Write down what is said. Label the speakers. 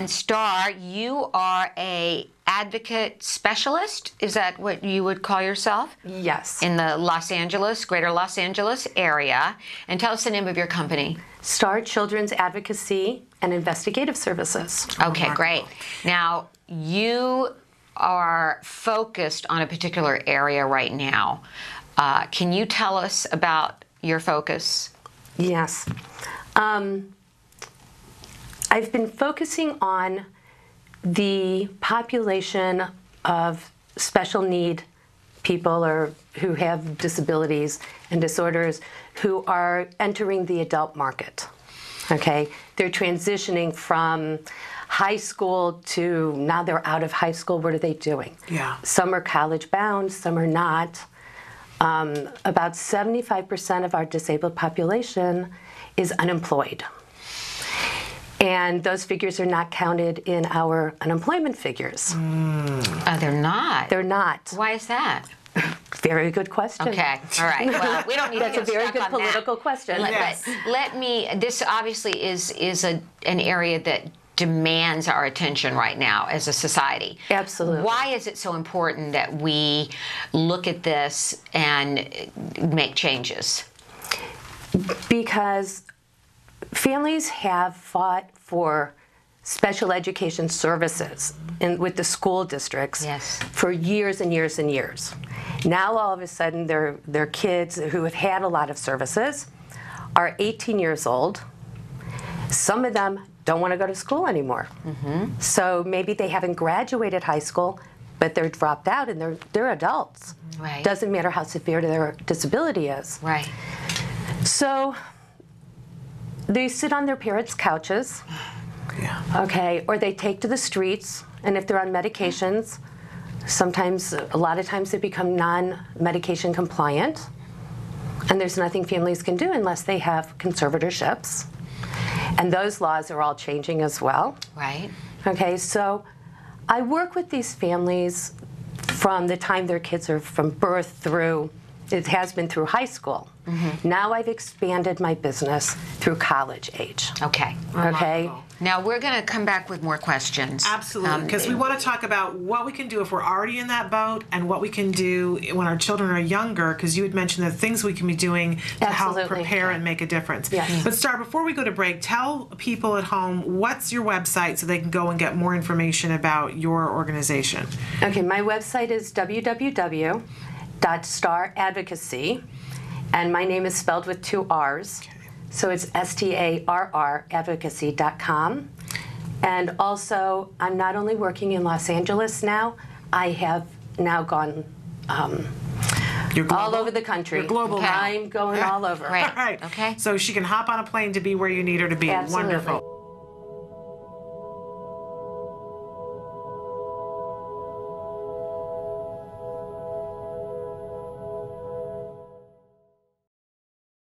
Speaker 1: And Star, you are a advocate specialist. Is that what you would call yourself
Speaker 2: Yes.
Speaker 1: in the Los Angeles, Greater Los Angeles area? And tell us the name of your company.
Speaker 2: Star Children's Advocacy and Investigative Services.
Speaker 1: Okay, great. Now, you are focused on a particular area right now. Uh, can you tell us about your focus?
Speaker 2: Yes. Um, I've been focusing on the population of special need people or who have disabilities and disorders who are entering the adult market. Okay? They're transitioning from high school to now they're out of high school. What are they doing?
Speaker 3: Yeah.
Speaker 2: Some are college bound, some are not. Um, about 75% of our disabled population is unemployed. And those figures are not counted in our unemployment figures.
Speaker 1: Oh, they're not.
Speaker 2: They're not.
Speaker 1: Why is that?
Speaker 2: Very good question.
Speaker 1: Okay, all right. Well, we don't need
Speaker 2: That's
Speaker 1: to
Speaker 2: a
Speaker 1: get
Speaker 2: very
Speaker 1: stuck
Speaker 2: good
Speaker 1: on that.
Speaker 2: political question.
Speaker 1: Let,
Speaker 3: Yes.
Speaker 1: but let me. This obviously is is a an area that demands our attention right now as a society.
Speaker 2: Absolutely.
Speaker 1: Why is it so important that we look at this and make changes?
Speaker 2: because families have fought for special education services in, with the school districts
Speaker 1: Yes.
Speaker 2: for years and years and years. Now all of a sudden their their kids who have had a lot of services are 18 years old. Some of them don't want to go to school anymore.
Speaker 1: Mm-hmm.
Speaker 2: So maybe they haven't graduated high school, but they're dropped out and they're they're adults.
Speaker 1: Right.
Speaker 2: Doesn't matter how severe their disability is.
Speaker 1: Right.
Speaker 2: So they sit on their parents' couches,
Speaker 3: Yeah.
Speaker 2: okay, or they take to the streets, and if they're on medications, sometimes, a lot of times, they become non medication compliant, and there's nothing families can do unless they have conservatorships. And those laws are all changing as well.
Speaker 1: Right.
Speaker 2: Okay, so I work with these families from the time their kids are from birth through, it has been through high school. Now I've expanded my business through college age.
Speaker 1: Okay.
Speaker 2: Okay?
Speaker 3: Remarkable.
Speaker 1: Now we're going to come back with more questions.
Speaker 3: Absolutely, because we want to talk about what we can do if we're already in that boat, and what we can do when our children are younger. Because you had mentioned the things we can be doing to help
Speaker 2: Absolutely.
Speaker 3: prepare and make a difference.
Speaker 2: Yes. Mhm.
Speaker 3: But Star, before we go to break, tell people at home what's your website so they can go and get more information about your organization.
Speaker 2: Okay, my website is www.staradvocacy, and my name is spelled with two R's. So it's S T A R R advocacy.com. And also, I'm not only working in Los Angeles now, I have now gone um,
Speaker 3: Your
Speaker 2: all
Speaker 3: global-
Speaker 2: over the country.
Speaker 3: You're global
Speaker 1: Okay.
Speaker 3: now.
Speaker 2: I'm going all over.
Speaker 1: Right.
Speaker 3: All right.
Speaker 1: Okay.
Speaker 3: So she can hop on a plane to be where you need her to be.
Speaker 2: Absolutely.
Speaker 3: Wonderful.